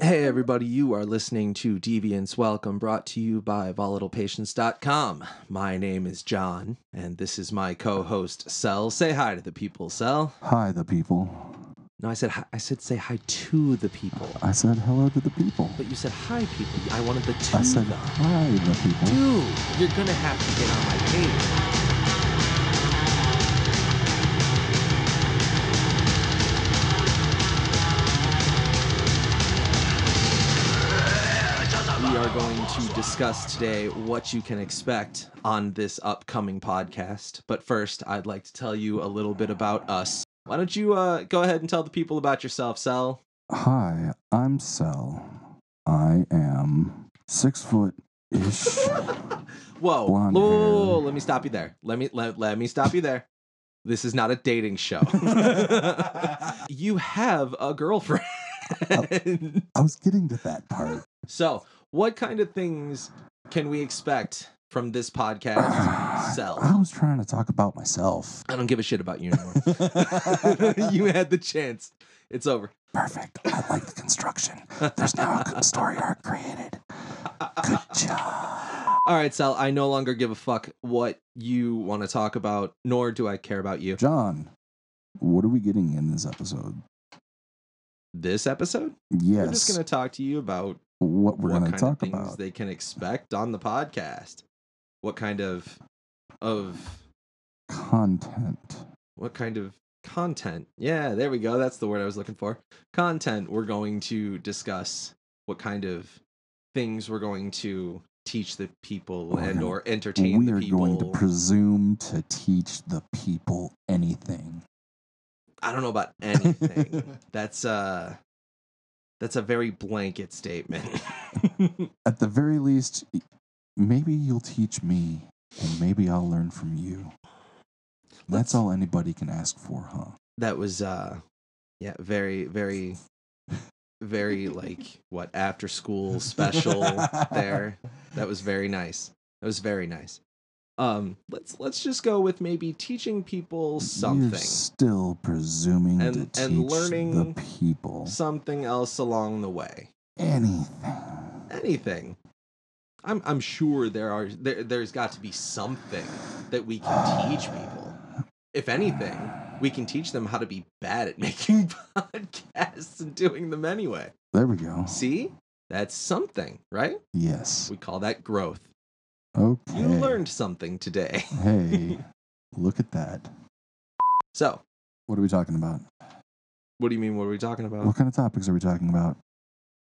Hey, everybody, you are listening to Deviants Welcome, brought to you by volatilepatients.com. My name is John, and this is my co host, Cell. Say hi to the people, Cell. Hi, the people. No, I said, hi, I said say hi to the people, I said hello to the people. but you said hi, people. I wanted the two. I said though. hi, the people. Dude, you're gonna have to get on my page. We are going to discuss today what you can expect on this upcoming podcast. But first, I'd like to tell you a little bit about us. Why don't you uh, go ahead and tell the people about yourself, Sal? Hi, I'm Cell. I am six foot ish. Whoa, Blonde whoa, whoa, whoa, hair. let me stop you there. Let me let, let me stop you there. This is not a dating show. you have a girlfriend. I was getting to that part. so, what kind of things can we expect from this podcast? I Sell. was trying to talk about myself. I don't give a shit about you anymore. Perfect. you had the chance. It's over. I like the construction. There's now a good story arc created. Good job. All right, Sal, I no longer give a fuck what you want to talk about, nor do I care about you. John, what are we getting in this episode? This episode, Yes. we're just going to talk to you about what we're what going kind to talk of things about. they can expect on the podcast. What kind of of Content. what kind of content? Yeah, there we go. That's the word I was looking for. Content we're going to discuss what kind of things we're going to teach the people We're and gonna- or entertain we the are going to people. presume to teach the people anything. I don't know about anything. that's uh that's a very blanket statement. At the very least, maybe you'll teach me, and maybe I'll learn from you. That's all anybody can ask for, huh? that was uh yeah very very very like what after school special there that was very nice that was very nice um let's let's just go with maybe teaching people You're something still presuming And- to and teach learning the people something else along the way anything. anything i'm i'm sure there are there there's got to be something that we can teach people if anything we can teach them how to be bad at making podcasts and doing them anyway There we go. See? That's something, right? Yes. We call that growth. Okay. You learned something today. Hey, look at that. So, What are we talking about? what do you mean? What are we talking about? What kind of topics are we talking about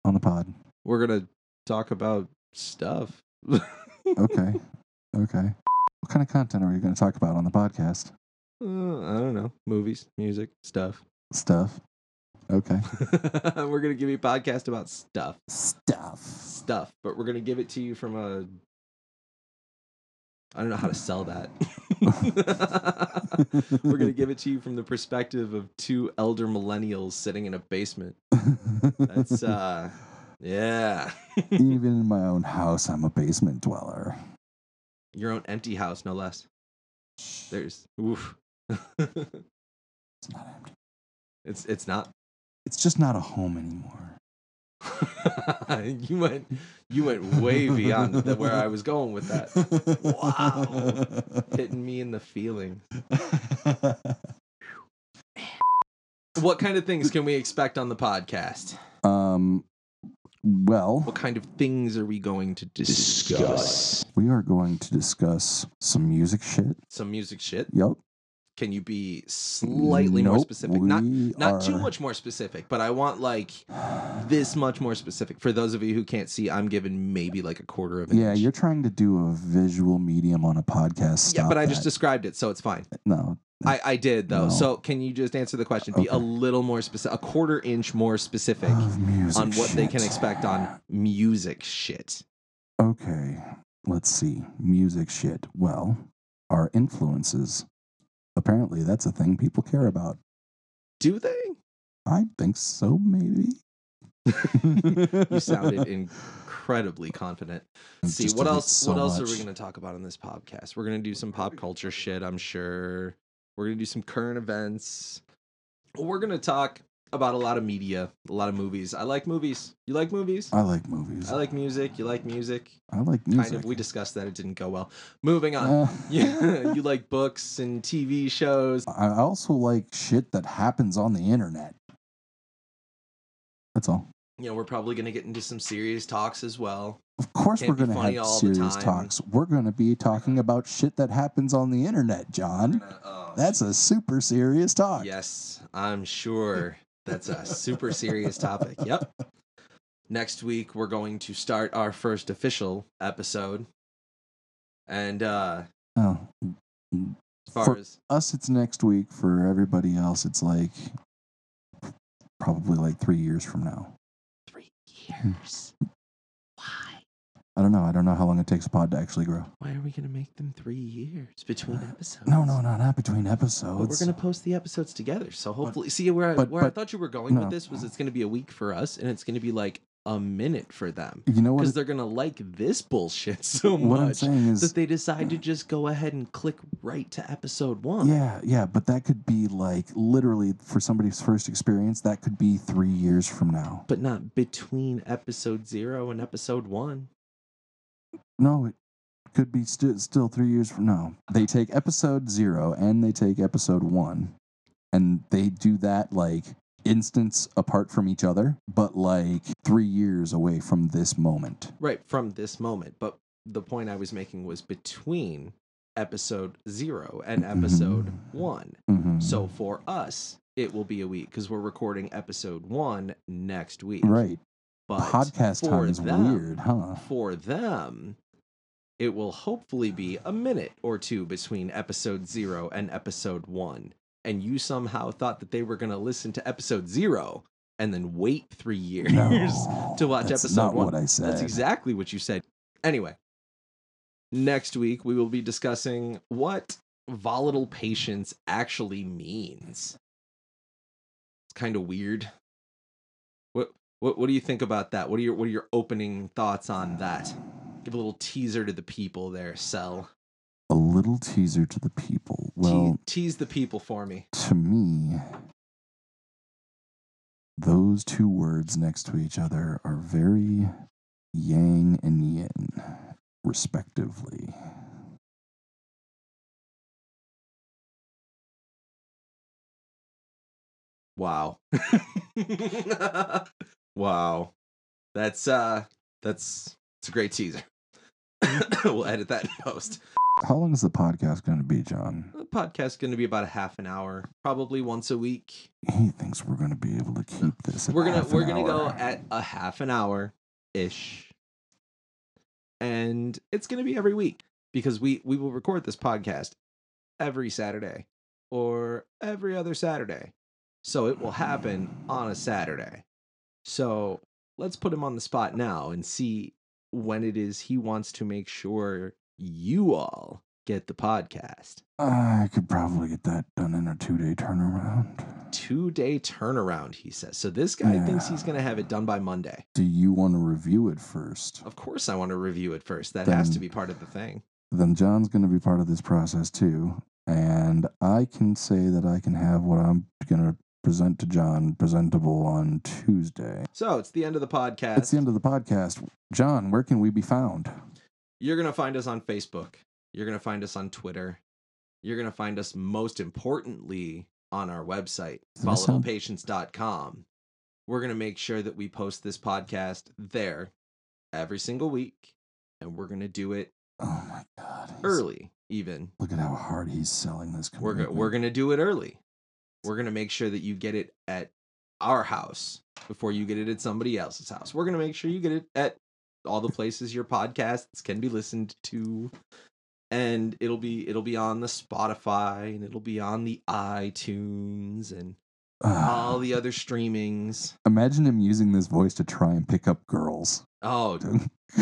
on the pod? We're going to talk about stuff. Okay. okay. What kind of content are you going to talk about on the podcast? Uh, I don't know. Movies, music, stuff. Stuff. Okay. we're going to give you a podcast about stuff. Stuff. Stuff. But we're going to give it to you from a. I don't know how to sell that. we're going to give it to you from the perspective of two elder millennials sitting in a basement. That's, uh. Yeah. Even in my own house, I'm a basement dweller. Your own empty house, no less. There's oof. It's not empty. it's it's not. It's just not a home anymore. you went you went way beyond the, where I was going with that. Wow. Hitting me in the feeling. What kind of things can we expect on the podcast? um. Well. What kind of things are we going to discuss? We are going to discuss some music shit. Some music shit. Yep. Can you be slightly more Nope, specific? Not we not too are- much more specific, but I want like this much more specific. For those of you who can't see, I'm given maybe like a quarter of an Yeah, inch. you're trying to do a visual medium on a podcast. yeah, Stop but I just that. described it, so it's fine. no. I, I did though. No. So can you just answer the question? Be a Okay. little more specific, a quarter inch more specific Of music on what they can shit. expect on music shit. Okay, let's see. Music shit. Well, our influences. Apparently, that's a thing people care about. Do they? I think so, maybe. You sounded incredibly confident. Let's see Just what did it else. so what else are much. we going to talk about on this podcast? We're going to do some pop culture shit. I'm sure. We're going to do some current events. We're going to talk about a lot of media, a lot of movies. I like movies. You like movies? I like movies. I like music. You like music? I like music. Eh. Kind of. We discussed that it didn't go well. Moving Um, on. Yeah, you like books and TV shows. I also like shit that happens on the internet. That's all. You know, we're probably going to get into some serious talks as well. Of course, Can't we're be going to funny have all the serious time. talks. We're going to be talking about shit that happens on the internet, John. um, That's a super serious talk. Yes, I'm sure that's a super serious topic. Yep. Next week we're going to start our first official episode. And uh Oh, as far For- as us, it's next week. For everybody else, it's like probably like three years from now. three years. Why? I don't know. I don't know how long it takes a pod to actually grow. Why are we gonna make them three years between episodes? Uh, No, no, no, not between But we're episodes. gonna post the episodes together. So hopefully see where I but- where I but- thought you were going no. with this was it's gonna be a week for us and it's gonna be like a minute for them. You know what? Because they're gonna like this bullshit so what I'm much. saying is, that they decide to just go ahead and click right to episode one. yeah, yeah, but that could be like literally for somebody's first experience. That could be three years from now. But not between episode zero and episode one. No, it could be st- still three years from now. They take episode zero and they take episode one, and they do that like instance apart from each other, but like three years away from this moment. Right, from this moment. But the point I was making was between episode zero and episode Mhm. one. Mhm. So for us, it will be a week because we're recording episode one next week. right, But podcast for time is them- weird, huh? For them, it will hopefully be a minute or two between episode zero and episode one. And you somehow thought that they were going to listen to episode zero and then wait three years No, to watch that's episode not one. what I said. That's exactly what you said. Anyway, next week we will be discussing what volatile patience actually means. It's kind of weird. What what what do you think about that? What are your what are your opening thoughts on that? Give a little teaser to the people there, Sel. a little teaser to the Te- people. Well, tease the people for me. to me, those two words next to each other are very yang and yin, respectively. Wow. wow. That's uh that's it's a great teaser. we'll edit that in post. How long is the podcast going to be, John? The podcast's going to be about a half an hour, probably once a week. He thinks we're going to be able to keep this. At we're gonna half an we're gonna go hour. at a half an hour ish, and it's gonna be every week because we we will record this podcast every Saturday or every other Saturday, so it will happen on a Saturday. So let's put him on the spot now and see when it is he wants to make sure you all get the podcast. Ah, I could probably get that done in a two-day turnaround. two day turnaround, he says. So this guy Yeah. thinks he's going to have it done by Monday. Do you want to review it first? Of course, I want to review it first. That has to Then- be part of the thing. then John's going to be part of this process too. And I can say that I can have what I'm going to present to John presentable on Tuesday. So it's the end of the podcast. That's the end of the podcast. John, where can we be found? You're going to find us on Facebook. You're going to find us on Twitter. You're going to find us, most importantly, on our website, Does that sound- volatilepatients.com. We're going to make sure that we post this podcast there every single week. And we're going to do it Oh my God. he's- early, even Look at how hard he's selling this. We're go- commitment. we're gonna do it early. We're gonna make sure that you get it at our house before you get it at somebody else's house. We're gonna make sure you get it at all the places your podcasts can be listened to, and it'll be it'll be on the Spotify and it'll be on the iTunes and Ah, all the other streamings. imagine him using this voice to try and pick up girls. Oh,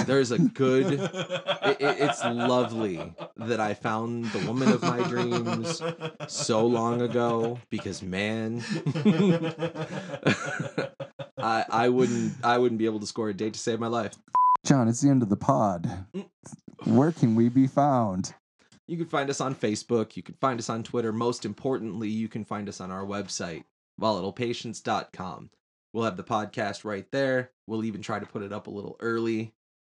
there's a good. It, it, it's lovely that I found the woman of my dreams so long ago because man. I, I wouldn't I wouldn't be able to score a date to save my life. John, it's the end of the pod. Mm. Where can we be found? You can find us on Facebook. You can find us on Twitter. Most importantly, you can find us on our website, volatilepatients.com. We'll have the podcast right there. We'll even try to put it up a little early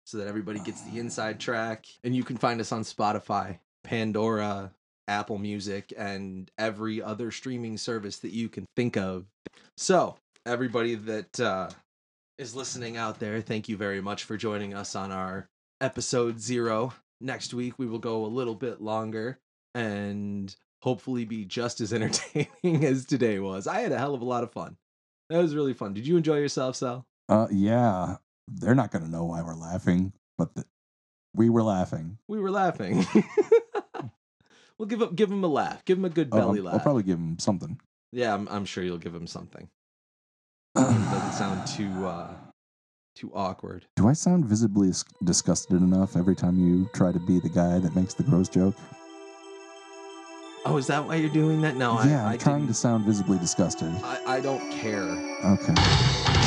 so that everybody gets the inside track. And you can find us on Spotify, Pandora, Apple Music, and every other streaming service that you can think of. So, everybody that uh, is listening out there, thank you very much for joining us on our episode zero. Next week, we will go a little bit longer and hopefully be just as entertaining as today was. I had a hell of a lot of fun. That was really fun. Did you enjoy yourself, Sal? Uh, yeah, they're not gonna know why we're laughing, but th- we were laughing. We were laughing. we'll give up, give him a laugh. Give him a good Oh, belly I'm- laugh. I'll probably give him something. Yeah, I'm, I'm sure you'll give him something. It doesn't sound too uh, too awkward. Do I sound visibly s- disgusted enough every time you try to be the guy that makes the gross joke? Oh, is that why you're doing that? No, yeah, I, I'm I trying didn't- to sound visibly disgusted. I, I don't care. Okay.